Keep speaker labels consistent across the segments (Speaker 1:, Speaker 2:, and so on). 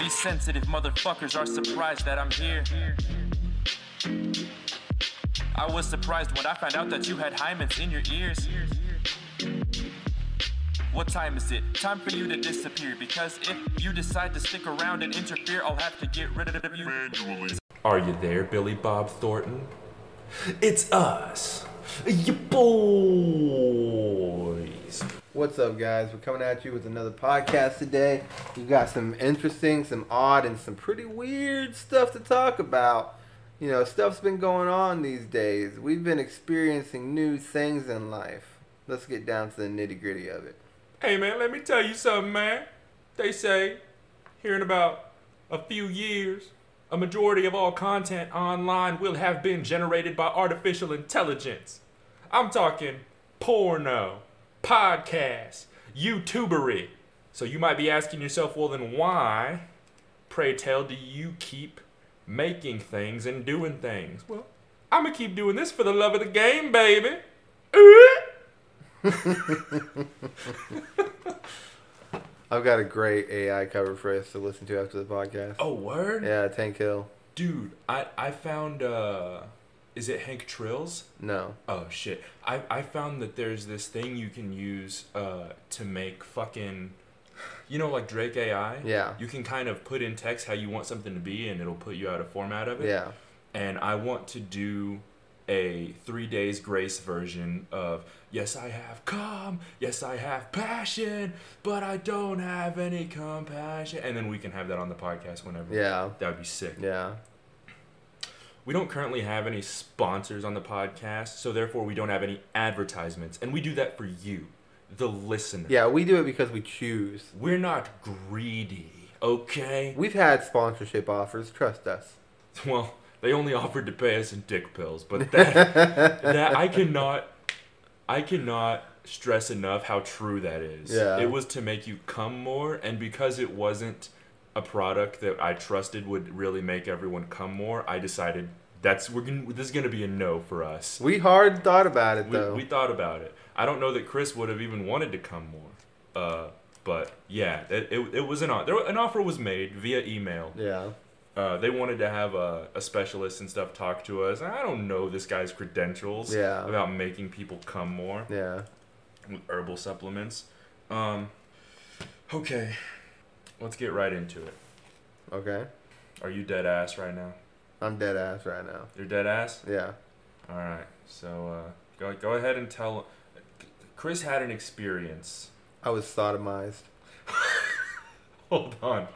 Speaker 1: These sensitive motherfuckers are surprised that I'm here. I was surprised when I found out that you had hymens in your ears. What time is it? Time for you to disappear because if you decide to stick around and interfere, I'll have to get rid of you.
Speaker 2: Are you there, Billy Bob Thornton? It's us, you boys.
Speaker 3: What's up, guys? We're coming at you with another podcast today. We got some interesting, some odd, and some pretty weird stuff to talk about. You know, stuff's been going on these days. We've been experiencing new things in life. Let's get down to the nitty gritty of it.
Speaker 4: Hey man, let me tell you something, man. They say here in about a few years, a majority of all content online will have been generated by artificial intelligence. I'm talking porno, podcasts, YouTubery. So you might be asking yourself, well then why, pray tell, do you keep making things and doing things? Well, I'ma keep doing this for the love of the game, baby. Uh-huh.
Speaker 3: I've got a great AI cover for us to listen to after the podcast.
Speaker 2: Oh, word?
Speaker 3: Yeah, Tank Hill.
Speaker 2: Dude, I, I found, uh, is it Hank Trills?
Speaker 3: No.
Speaker 2: Oh, shit. I, I found that there's this thing you can use, uh, to make fucking, you know, like Drake AI?
Speaker 3: Yeah.
Speaker 2: You can kind of put in text how you want something to be and it'll put you out a format of it.
Speaker 3: Yeah.
Speaker 2: and I want to do a three days grace version of yes I have come, yes I have passion, but I don't have any compassion. And then we can have that on the podcast whenever.
Speaker 3: Yeah.
Speaker 2: That would be sick.
Speaker 3: Yeah.
Speaker 2: We don't currently have any sponsors on the podcast, so therefore we don't have any advertisements. And we do that for you, the listener.
Speaker 3: Yeah, we do it because we choose.
Speaker 2: We're not greedy, okay?
Speaker 3: We've had sponsorship offers, trust us.
Speaker 2: Well, they only offered to pay us in dick pills, but that that I cannot I cannot stress enough how true that is.
Speaker 3: Yeah.
Speaker 2: It was to make you come more and because it wasn't a product that I trusted would really make everyone come more, I decided that's we're gonna, this is going to be a no for us.
Speaker 3: We hard thought about it
Speaker 2: We,
Speaker 3: though.
Speaker 2: we thought about it. I don't know that Chris would have even wanted to come more. Uh, but yeah, it, it, it was an offer. An offer was made via email.
Speaker 3: yeah.
Speaker 2: Uh, they wanted to have a, a specialist and stuff talk to us. I don't know this guy's credentials
Speaker 3: Yeah.
Speaker 2: about making people come more
Speaker 3: Yeah.
Speaker 2: with herbal supplements. Um, okay, let's get right into it.
Speaker 3: Okay.
Speaker 2: Are you dead ass right now?
Speaker 3: I'm dead ass right now.
Speaker 2: You're dead ass.
Speaker 3: Yeah.
Speaker 2: All right. So uh, go go ahead and tell. Chris had an experience.
Speaker 3: I was sodomized.
Speaker 2: Hold on.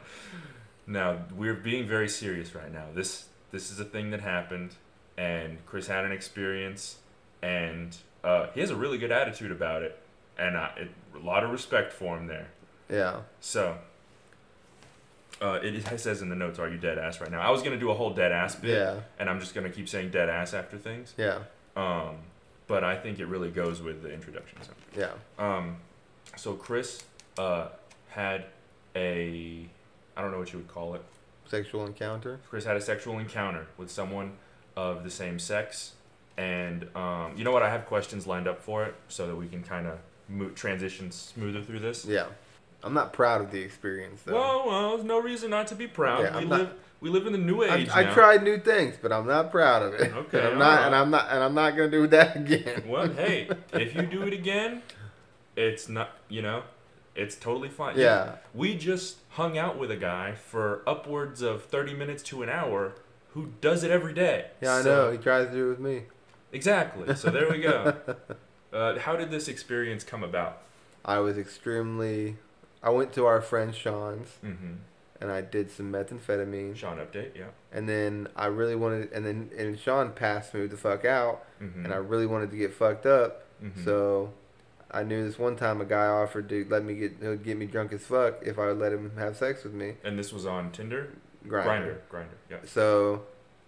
Speaker 2: Now we're being very serious right now. This this is a thing that happened, and Chris had an experience, and uh, he has a really good attitude about it, and I, it, a lot of respect for him there.
Speaker 3: Yeah.
Speaker 2: So. Uh, it, it says in the notes, "Are you dead ass right now?" I was gonna do a whole dead ass bit,
Speaker 3: Yeah.
Speaker 2: and I'm just gonna keep saying dead ass after things.
Speaker 3: Yeah.
Speaker 2: Um, but I think it really goes with the introduction. So.
Speaker 3: Yeah.
Speaker 2: Um, so Chris uh, had a I don't know what you would call it.
Speaker 3: Sexual encounter.
Speaker 2: Chris had a sexual encounter with someone of the same sex, and um, you know what? I have questions lined up for it so that we can kind of mo- transition smoother through this.
Speaker 3: Yeah. I'm not proud of the experience though.
Speaker 2: Well, well, there's no reason not to be proud.
Speaker 3: Yeah,
Speaker 2: we
Speaker 3: I'm not-
Speaker 2: live we live in the new
Speaker 3: I,
Speaker 2: age.
Speaker 3: I
Speaker 2: now.
Speaker 3: tried new things, but I'm not proud of it.
Speaker 2: Okay,
Speaker 3: and I'm not, and
Speaker 2: alright.
Speaker 3: I'm not, and I'm not gonna do that again.
Speaker 2: Well, hey, if you do it again, it's not, you know, it's totally fine.
Speaker 3: Yeah.
Speaker 2: We just hung out with a guy for upwards of 30 minutes to an hour who does it every day.
Speaker 3: Yeah, I
Speaker 2: So-
Speaker 3: know. He tries to do it with me.
Speaker 2: Exactly. So there we go. uh, how did this experience come about?
Speaker 3: I was extremely. I went to our friend Sean's
Speaker 2: Mm-hmm.
Speaker 3: and I did some methamphetamine,
Speaker 2: Sean update, yeah.
Speaker 3: and then I really wanted, and then and Sean passed me the fuck out,
Speaker 2: Mm-hmm.
Speaker 3: and I really wanted to get fucked up.
Speaker 2: Mhm.
Speaker 3: So I knew this one time a guy offered to let me get, he would get me drunk as fuck if I would let him have sex with me.
Speaker 2: and this was on Tinder?
Speaker 3: Grinder.
Speaker 2: Grinder. Grinder, yeah.
Speaker 3: So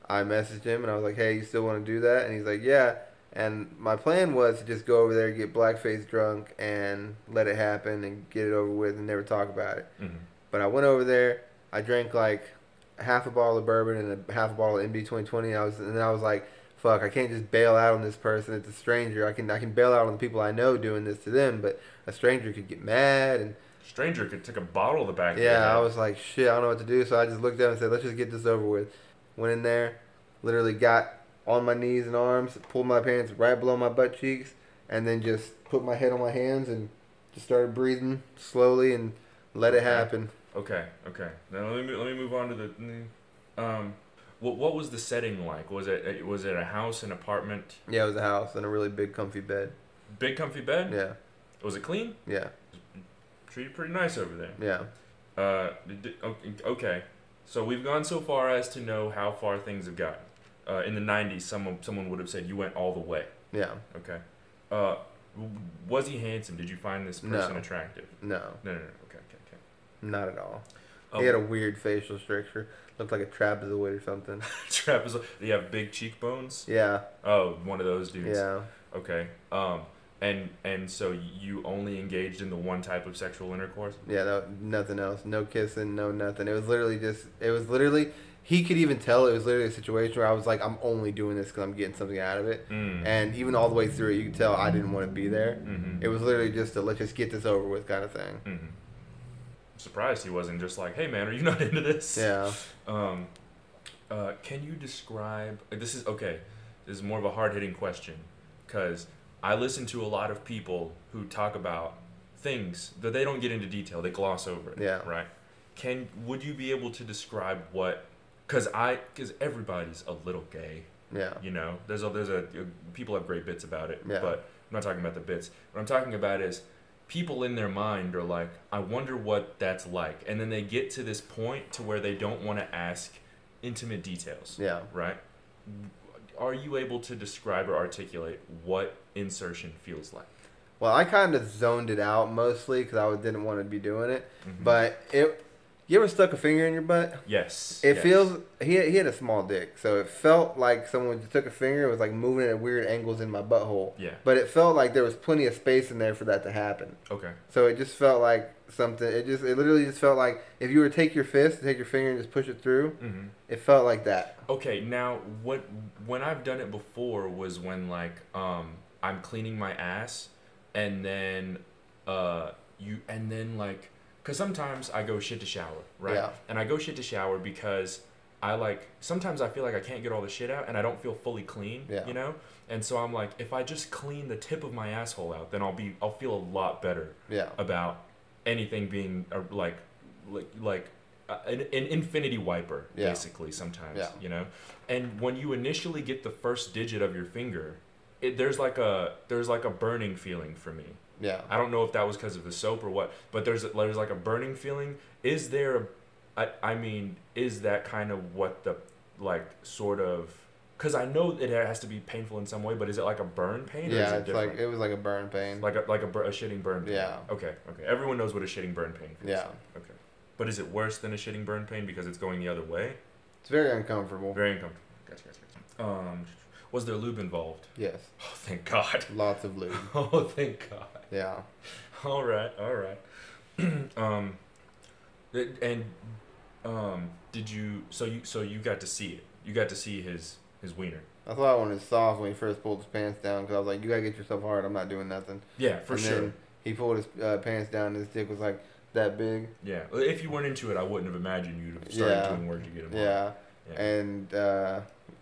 Speaker 3: I messaged him and I was like, "Hey, you still want to do that?" And he's like, "Yeah." And my plan was to just go over there, get blackface drunk, and let it happen and get it over with and never talk about it.
Speaker 2: Mm-hmm.
Speaker 3: But I went over there. I drank like half a bottle of bourbon and a half a bottle of MD twenty twenty. I was and then I was like, "Fuck! I can't just bail out on this person. It's a stranger. I can I can bail out on people I know doing this to them, but a stranger could get mad and
Speaker 2: Stranger could took a bottle of the back. of their
Speaker 3: Yeah, I
Speaker 2: head.
Speaker 3: was like, shit, I don't know what to do. So I just looked down and said, let's just get this over with. Went in there, literally got on my knees and arms, pulled my pants right below my butt cheeks, and then just put my head on my hands and just started breathing slowly and let it happen.
Speaker 2: Okay, okay. Now let me let me move on to the. the- Um, what what was the setting like? Was it it- was it a house, an apartment,
Speaker 3: Yeah, it was a house and a really big, comfy bed.
Speaker 2: big comfy bed?
Speaker 3: Yeah,
Speaker 2: Was it clean?
Speaker 3: yeah,
Speaker 2: Treated pretty nice over there.
Speaker 3: yeah.
Speaker 2: Uh, did- did- o- okay. So we've gone so far as to know how far things have gotten. Uh, in the '90s, someone someone would have said you went all the way.
Speaker 3: Yeah,
Speaker 2: Okay. Uh, w- was he handsome? Did you find this person
Speaker 3: No.
Speaker 2: attractive?
Speaker 3: no,
Speaker 2: No, no, no. Okay, okay, Um,
Speaker 3: not at all.
Speaker 2: okay.
Speaker 3: He had a weird facial structure. Looked like a trapezoid or something.
Speaker 2: trapezoid. Did he have big cheekbones?
Speaker 3: Yeah,
Speaker 2: Oh, one of those dudes.
Speaker 3: yeah.
Speaker 2: Okay. Um, and and so you only engaged in the one type of sexual intercourse.
Speaker 3: Yeah, no, nothing else. No kissing, no nothing. It was literally just, it was literally, he could even tell it was literally a situation where I was like, I'm only doing this because I'm getting something out of it.
Speaker 2: Mm.
Speaker 3: And even all the way through it, you could tell I didn't want to be there.
Speaker 2: Mhm.
Speaker 3: It was literally just a let's just get this over with kind of thing.
Speaker 2: Mhm. I'm surprised he wasn't just like, "Hey, man, are you not into this?"
Speaker 3: Yeah.
Speaker 2: Um, uh, can you describe? This is okay. This is more of a hard-hitting question, because I listen to a lot of people who talk about things that they don't get into detail. They gloss over it.
Speaker 3: Yeah.
Speaker 2: Right. Can would you be able to describe what? Because I, because everybody's a little gay.
Speaker 3: Yeah.
Speaker 2: You know, there's a, there's a people have great bits about it,
Speaker 3: Yeah.
Speaker 2: but I'm not talking about the bits. What I'm talking about is people in their mind are like, I wonder what that's like, and then they get to this point to where they don't want to ask intimate details,
Speaker 3: Yeah.
Speaker 2: right? Are you able to describe or articulate what insertion feels like?
Speaker 3: Well, I kind of zoned it out mostly because I was- didn't want to be doing it.
Speaker 2: Mm-hmm.
Speaker 3: But it, you ever stuck a finger in your butt?
Speaker 2: Yes.
Speaker 3: It
Speaker 2: yes.
Speaker 3: feels he he had a small dick, so it felt like someone took a finger and was like moving it at weird angles in my butthole.
Speaker 2: Yeah.
Speaker 3: But it felt like there was plenty of space in there for that to happen.
Speaker 2: Okay.
Speaker 3: So it just felt like something. It just it literally just felt like if you were to take your fist, take your finger, and just push it through.
Speaker 2: hmm
Speaker 3: It felt like that.
Speaker 2: Okay, now what when I've done it before was when like um I'm cleaning my ass and then uh you and then like cuz sometimes I go shit to shower, right?
Speaker 3: Yeah.
Speaker 2: And I go shit to shower because I like sometimes I feel like I can't get all the shit out and I don't feel fully clean,
Speaker 3: Yeah.
Speaker 2: you know? And so I'm like if I just clean the tip of my asshole out, then I'll be I'll feel a lot better
Speaker 3: Yeah.
Speaker 2: about anything being uh, like like like uh, an, an infinity wiper
Speaker 3: Yeah.
Speaker 2: basically sometimes
Speaker 3: Yeah.
Speaker 2: you know and when you initially get the first digit of your finger it, there's like a there's like a burning feeling for me
Speaker 3: Yeah.
Speaker 2: i don't know if that was because of the soap or what but there's there's like a burning feeling is there a, I, I mean is that kind of what the like sort of because i know it has to be painful in some way but is it like a burn pain or is
Speaker 3: Yeah.
Speaker 2: it
Speaker 3: It's
Speaker 2: different?
Speaker 3: like it was like a burn pain.
Speaker 2: Like a like a, bur- a shitting burn pain.
Speaker 3: Yeah.
Speaker 2: Okay. Okay. Everyone knows what a shitting burn pain feels
Speaker 3: Yeah.
Speaker 2: like. Okay. But is it worse than a shitting burn pain because it's going the other way?
Speaker 3: It's very uncomfortable.
Speaker 2: Very uncomfortable. Gotcha. Gotcha. gotcha. Um, was there lube involved?
Speaker 3: Yes.
Speaker 2: Oh, thank God.
Speaker 3: Lots of lube.
Speaker 2: Oh, thank God.
Speaker 3: Yeah.
Speaker 2: All right. All right. um, it- and um, did you? So you so you got to see it. You got to see his his wiener.
Speaker 3: I thought I wanted soft when he first pulled his pants down because I was like, you gotta get yourself hard. I'm not doing nothing.
Speaker 2: Yeah, for
Speaker 3: And
Speaker 2: sure.
Speaker 3: then he pulled his uh, pants down and his dick was like that big.
Speaker 2: yeah. If you weren't into it, I wouldn't have imagined you'd have started
Speaker 3: Yeah.
Speaker 2: doing work to get him. on.
Speaker 3: Yeah.
Speaker 2: Yeah.
Speaker 3: And uh,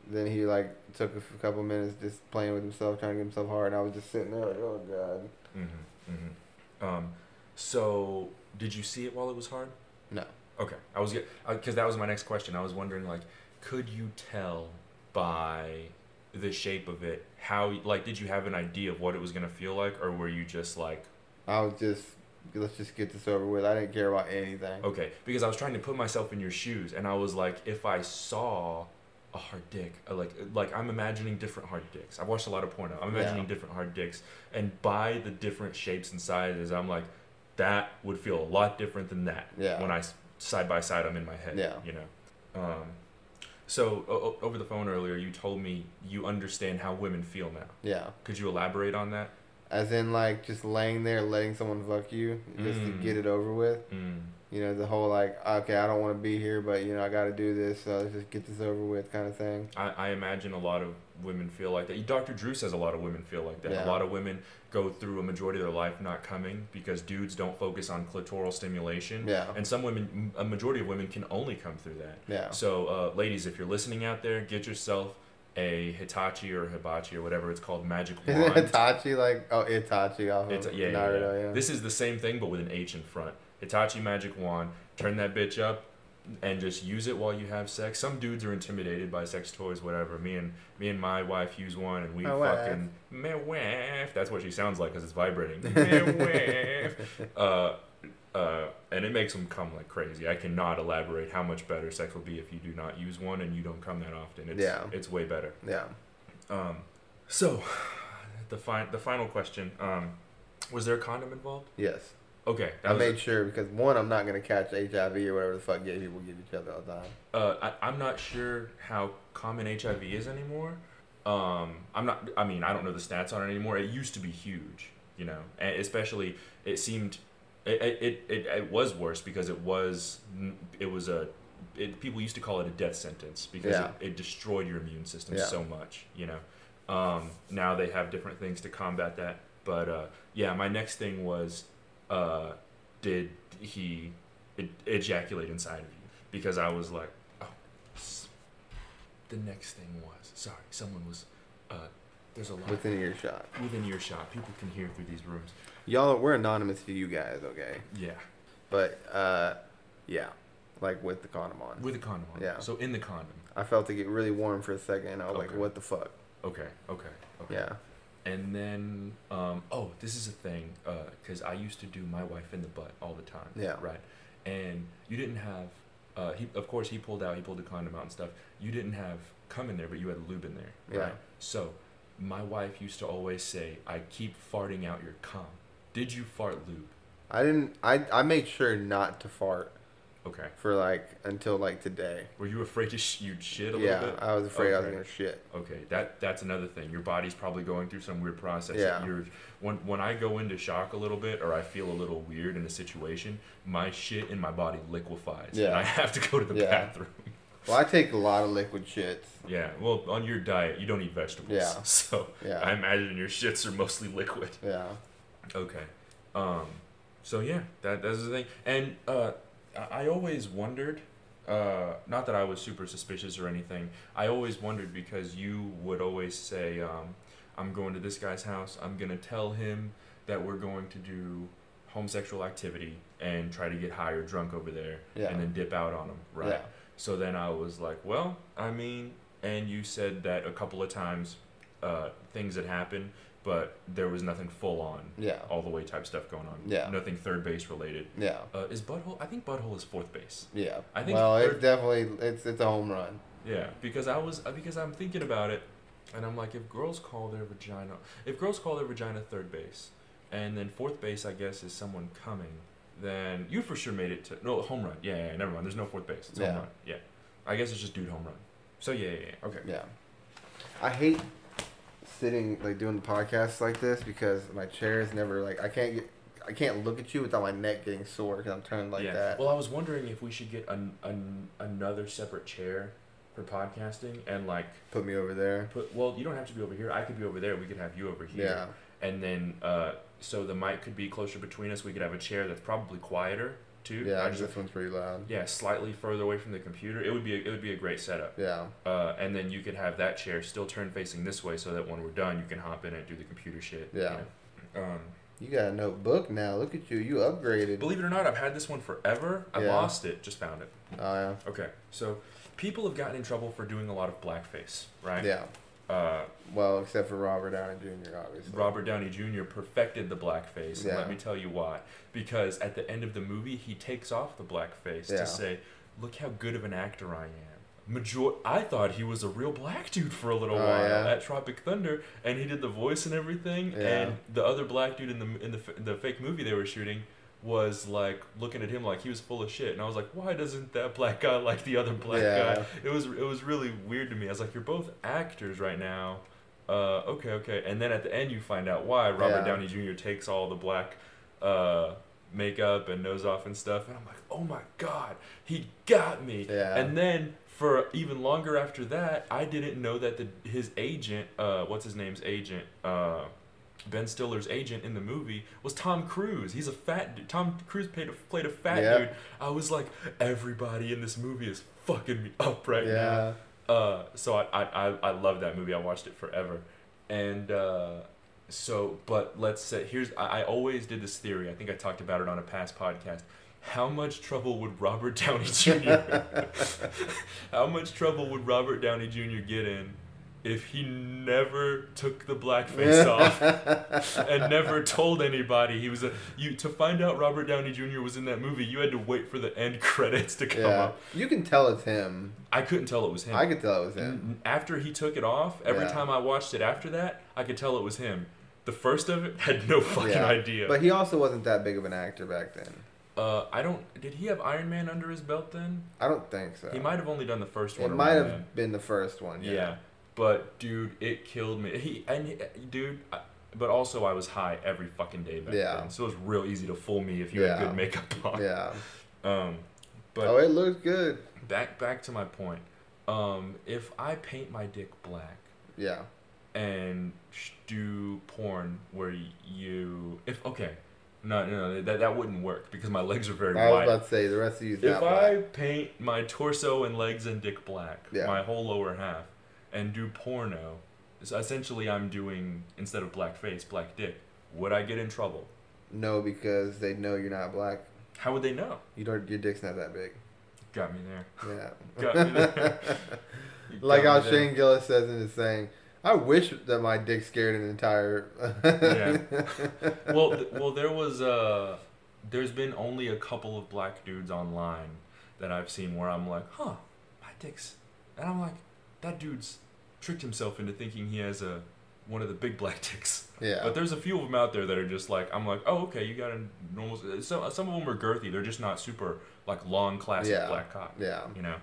Speaker 3: then he like took a f- couple minutes just playing with himself, trying to get himself hard. And I was just sitting there like, oh god.
Speaker 2: Mm-hmm, mm-hmm. Um, so did you see it while it was hard?
Speaker 3: No.
Speaker 2: Okay, I was because that was my next question. I was wondering like, could you tell by the shape of it how like did you have an idea of what it was gonna feel like, or were you just like
Speaker 3: I was just let's just get this over with. I didn't care about anything.
Speaker 2: okay? Because I was trying to put myself in your shoes, and I was like, if I saw a hard dick, uh, like like I'm imagining different hard dicks. I've watched a lot of porno. I'm imagining
Speaker 3: Yeah.
Speaker 2: different hard dicks, and by the different shapes and sizes, I'm like, that would feel a lot different than that.
Speaker 3: Yeah.
Speaker 2: When I s- side by side, I'm in my head.
Speaker 3: Yeah.
Speaker 2: You know. Um, so o- o- over the phone earlier, you told me you understand how women feel now.
Speaker 3: Yeah.
Speaker 2: Could you elaborate on that?
Speaker 3: as in like just laying there letting someone fuck you just to
Speaker 2: Mm.
Speaker 3: get it over with.
Speaker 2: Mm.
Speaker 3: You know, the whole like, okay, I don't want to be here, but you know, I got to do this, so let's just get this over with kind of thing.
Speaker 2: I, I imagine a lot of women feel like that. Dr. Drew says a lot of women feel like that.
Speaker 3: Yeah.
Speaker 2: A lot of women go through a majority of their life not coming because dudes don't focus on clitoral stimulation.
Speaker 3: Yeah.
Speaker 2: And some women, a majority of women, can only come through that.
Speaker 3: Yeah.
Speaker 2: So, uh, ladies, if you're listening out there, get yourself a Hitachi or Hibachi or whatever it's called, magic
Speaker 3: Isn't
Speaker 2: wand.
Speaker 3: Itachi like oh Itachi off of
Speaker 2: It's, yeah, yeah,
Speaker 3: Naruto?
Speaker 2: yeah.
Speaker 3: Yeah.
Speaker 2: This is the same thing, but with an H in front. Hitachi magic wand. Turn that bitch up, and just use it while you have sex. Some dudes are intimidated by sex toys, whatever. Me and me and my wife use one, and we
Speaker 3: My wife.
Speaker 2: fucking my wife. That's what she sounds like because it's vibrating. My wife. Uh, uh, and it makes them come like crazy. I cannot elaborate how much better sex will be if you do not use one and you don't come that often. It's,
Speaker 3: Yeah.
Speaker 2: it's way better.
Speaker 3: yeah.
Speaker 2: Um, so, the fi- the final question um, was there a condom involved?
Speaker 3: Yes.
Speaker 2: Okay, that
Speaker 3: I
Speaker 2: was-
Speaker 3: made sure because one, I'm not gonna catch HIV or whatever the fuck gay people give each other all the time.
Speaker 2: uh, I, I'm not sure how common HIV is anymore. Um, I'm not. I mean, I don't know the stats on it anymore. It used to be huge, you know, and especially it seemed it it, it, it was worse because it was it was a it, people used to call it a death sentence because
Speaker 3: Yeah.
Speaker 2: it, it destroyed your immune system
Speaker 3: Yeah.
Speaker 2: so much, you know. Um, now they have different things to combat that, but uh, yeah, my next thing was uh, did he e- ejaculate inside of you? Because I was like, oh, s- the next thing was sorry, someone was. Uh, there's a lot
Speaker 3: Within earshot.
Speaker 2: within earshot. People can hear through these rooms.
Speaker 3: Y'all, we're anonymous to you guys, okay?
Speaker 2: Yeah,
Speaker 3: But uh, yeah, like with the condom on.
Speaker 2: with a condom on.
Speaker 3: Yeah.
Speaker 2: So in the condom.
Speaker 3: I felt it get really warm for a second, and I was like,
Speaker 2: Okay.
Speaker 3: "What the fuck?"
Speaker 2: Okay. Okay. Okay.
Speaker 3: Yeah.
Speaker 2: And then, um, oh, this is a thing, because I used to do my wife in the butt all the time.
Speaker 3: Yeah.
Speaker 2: Right. And you didn't have, uh, he, of course, he pulled out, he pulled the condom out and stuff. You didn't have cum in there, but you had lube in there.
Speaker 3: Yeah.
Speaker 2: Right. So my wife used to always say, I keep farting out your cum. Did you fart lube?
Speaker 3: I didn't. I I made sure not to fart
Speaker 2: Okay.
Speaker 3: for like until like today.
Speaker 2: Were you afraid to sh- you'd shit a
Speaker 3: Yeah,
Speaker 2: little bit?
Speaker 3: I was afraid I was
Speaker 2: Okay.
Speaker 3: gonna shit.
Speaker 2: Okay, that that's another thing. Your body's probably going through some weird process.
Speaker 3: Yeah.
Speaker 2: You're, when when I go into shock a little bit or I feel a little weird in a situation, my shit in my body liquefies. And
Speaker 3: Yeah.
Speaker 2: I have to go to the
Speaker 3: Yeah.
Speaker 2: bathroom.
Speaker 3: Well, I take a lot of liquid shits.
Speaker 2: Yeah. Well, on your diet, you don't eat vegetables.
Speaker 3: Yeah.
Speaker 2: So
Speaker 3: Yeah.
Speaker 2: I imagine your shits are mostly liquid.
Speaker 3: Yeah.
Speaker 2: Okay. Um, so yeah, that that's the thing. And uh, I I always wondered. Uh, not that I was super suspicious or anything. I always wondered because you would always say, um, "I'm going to this guy's house. I'm gonna tell him that we're going to do homosexual activity and try to get high or drunk over there,
Speaker 3: Yeah.
Speaker 2: and then dip out on him." Right.
Speaker 3: Yeah.
Speaker 2: So then I was like, well, I mean, and you said that a couple of times, uh, things had happened, but there was nothing full on,
Speaker 3: Yeah.
Speaker 2: all the way type stuff going on.
Speaker 3: Yeah.
Speaker 2: Nothing third base related.
Speaker 3: Yeah.
Speaker 2: Uh, is butthole? I think butthole is fourth base.
Speaker 3: Yeah.
Speaker 2: I think
Speaker 3: well,
Speaker 2: third-
Speaker 3: it's definitely it's it's a home run.
Speaker 2: Yeah, because I was uh, because I'm thinking about it, and I'm like, if girls call their vagina, if girls call their vagina third base, and then fourth base, I guess is someone coming, then you for sure made it to no home run. Yeah, yeah, yeah, never mind. There's no fourth base. It's
Speaker 3: Yeah.
Speaker 2: home run. Yeah, I guess it's just dude home run. So yeah, yeah, yeah. Okay.
Speaker 3: Yeah. I hate sitting like doing podcasts like this because my chair is never like I can't get I can't look at you without my neck getting sore because I'm turned like
Speaker 2: yeah.
Speaker 3: that.
Speaker 2: Well, I was wondering if we should get an, an another separate chair for podcasting and like
Speaker 3: Put me over there.
Speaker 2: put. Well, you don't have to be over here. I could be over there. We could have you over here.
Speaker 3: Yeah.
Speaker 2: and then uh, so the mic could be closer between us. We could have a chair that's probably quieter too.
Speaker 3: Yeah.
Speaker 2: I
Speaker 3: 'cause
Speaker 2: just-
Speaker 3: this one's pretty loud.
Speaker 2: yeah, slightly further away from the computer. It would be a, it would be a great setup.
Speaker 3: Yeah.
Speaker 2: Uh, and then you could have that chair still turned facing this way, so that when we're done, you can hop in and do the computer shit. you
Speaker 3: Yeah.
Speaker 2: know? Um,
Speaker 3: You got a notebook now. Look at you. You upgraded.
Speaker 2: believe it or not, I've had this one forever. I
Speaker 3: Yeah.
Speaker 2: lost it. Just found it.
Speaker 3: Oh
Speaker 2: Okay. So people have gotten in trouble for doing a lot of blackface,
Speaker 3: yeah.
Speaker 2: right?
Speaker 3: Yeah.
Speaker 2: Uh,
Speaker 3: Well, except for Robert Downey Jr. Obviously.
Speaker 2: Robert Downey Jr. perfected the blackface, and let
Speaker 3: Yeah.
Speaker 2: me tell you why. Because at the end of the movie, he takes off the blackface
Speaker 3: Yeah.
Speaker 2: to say, "Look how good of an actor I am." Major- I thought he was a real black dude for a little
Speaker 3: Oh,
Speaker 2: while
Speaker 3: yeah.
Speaker 2: at Tropic Thunder, and he did the voice and everything.
Speaker 3: Yeah.
Speaker 2: And the other black dude in the in the, f- the fake movie they were shooting was like looking at him like he was full of shit, and I was like, "Why doesn't that black guy like the other black
Speaker 3: Yeah.
Speaker 2: guy?" It was it was really weird to me. I was like, "You're both actors right now." uh, okay, okay. And then at the end, you find out why Robert
Speaker 3: Yeah.
Speaker 2: Downey Jr. takes all the black uh, makeup and nose off and stuff. And I'm like, oh my God, he got me.
Speaker 3: Yeah.
Speaker 2: And then for even longer after that, I didn't know that the, his agent, uh, what's his name's agent, uh, Ben Stiller's agent in the movie was Tom Cruise. He's a fat dude. Tom Cruise played a, played a fat
Speaker 3: Yeah.
Speaker 2: dude. I was like, everybody in this movie is fucking me up right now.
Speaker 3: yeah.
Speaker 2: Uh, so I, I, I, I love that movie. I watched it forever. And uh, so, but let's say, here's, I, I always did this theory. I think I talked about it on a past podcast. How much trouble would Robert Downey Jr. How much trouble would Robert Downey Jr. get in if he never took the blackface off and never told anybody he was a you to find out Robert Downey Jr. was in that movie? You had to wait for the end credits to come
Speaker 3: Yeah.
Speaker 2: up.
Speaker 3: You can tell it's him.
Speaker 2: I couldn't tell it was him. Mm.
Speaker 3: I could tell it was him.
Speaker 2: After he took it off, every
Speaker 3: Yeah.
Speaker 2: time I watched it after that, I could tell it was him. The first of it had no fucking
Speaker 3: Yeah.
Speaker 2: idea.
Speaker 3: But he also wasn't that big of an actor back then.
Speaker 2: uh, I don't. Did he have Iron Man under his belt then?
Speaker 3: I don't think so.
Speaker 2: He might have only done the first
Speaker 3: It
Speaker 2: one.
Speaker 3: might
Speaker 2: around
Speaker 3: have
Speaker 2: then.
Speaker 3: been the first one.
Speaker 2: Yeah.
Speaker 3: Yeah.
Speaker 2: But dude, it killed me. He and he- dude, I, but also I was high every fucking day back
Speaker 3: Yeah.
Speaker 2: then, so it was real easy to fool me if you had
Speaker 3: Yeah.
Speaker 2: good makeup on.
Speaker 3: Yeah.
Speaker 2: Um, but
Speaker 3: Oh, it looked good.
Speaker 2: back back to my point. Um, if I paint my dick black,
Speaker 3: Yeah.
Speaker 2: and sh- do porn where you if okay no no no, that, that wouldn't work because my legs are very
Speaker 3: I was
Speaker 2: wide
Speaker 3: about to say the rest of you's
Speaker 2: if
Speaker 3: not.
Speaker 2: i paint my torso and legs and dick black
Speaker 3: Yeah.
Speaker 2: my whole lower half and do porno so essentially i'm doing instead of black face black dick would i get in trouble
Speaker 3: no, because they know you're not black.
Speaker 2: how would they know
Speaker 3: You don't. Your dick's not that big.
Speaker 2: got me there
Speaker 3: Yeah.
Speaker 2: got me there You
Speaker 3: Like
Speaker 2: got
Speaker 3: how
Speaker 2: me there.
Speaker 3: Shane Gillis says in his thing, I wish that my dick scared an entire.
Speaker 2: Yeah. well, th- well, there was uh, there's been only a couple of black dudes online that I've seen where I'm like, huh, my dick's, and I'm like, that dude's tricked himself into thinking he has a one of the big black dicks.
Speaker 3: Yeah.
Speaker 2: But there's a few of them out there that are just like, I'm like, oh, okay, you got a normal. Some some of them are girthy. They're just not super like long, classic
Speaker 3: Yeah.
Speaker 2: black cock.
Speaker 3: yeah.
Speaker 2: You know.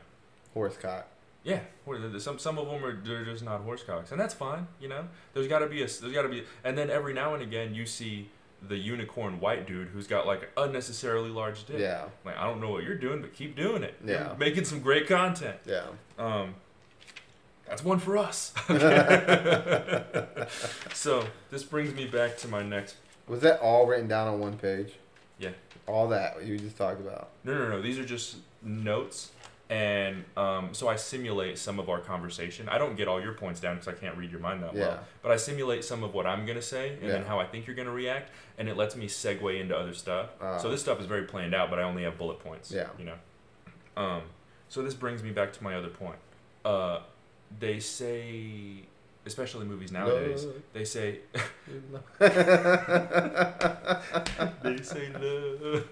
Speaker 3: Horse cock.
Speaker 2: Yeah, what are they- some some of them are they're just not horsecocks, and that's fine. You know, there's got to be a there's got to be, and then every now and again you see the unicorn white dude who's got like unnecessarily large dick.
Speaker 3: Yeah.
Speaker 2: Like I don't know what you're doing, but keep doing it. You're
Speaker 3: Yeah.
Speaker 2: making some great content.
Speaker 3: Yeah.
Speaker 2: Um, that's one for us. so this brings me back to my next.
Speaker 3: Was that all written down on one page?
Speaker 2: Yeah.
Speaker 3: All that you just talked about.
Speaker 2: No, no, no. These are just notes. And um, so I simulate some of our conversation. I don't get all your points down because I can't read your mind that
Speaker 3: Yeah.
Speaker 2: well. But I simulate some of what I'm going to say and then
Speaker 3: Yeah.
Speaker 2: how I think you're going to react. And it lets me segue into other stuff.
Speaker 3: Ah.
Speaker 2: so this stuff is very planned out, but I only have bullet points.
Speaker 3: Yeah.
Speaker 2: You know? Um, so this brings me back to my other point. Uh, they say, especially movies
Speaker 3: Uh,
Speaker 2: nowadays,
Speaker 3: Love.
Speaker 2: they say they say love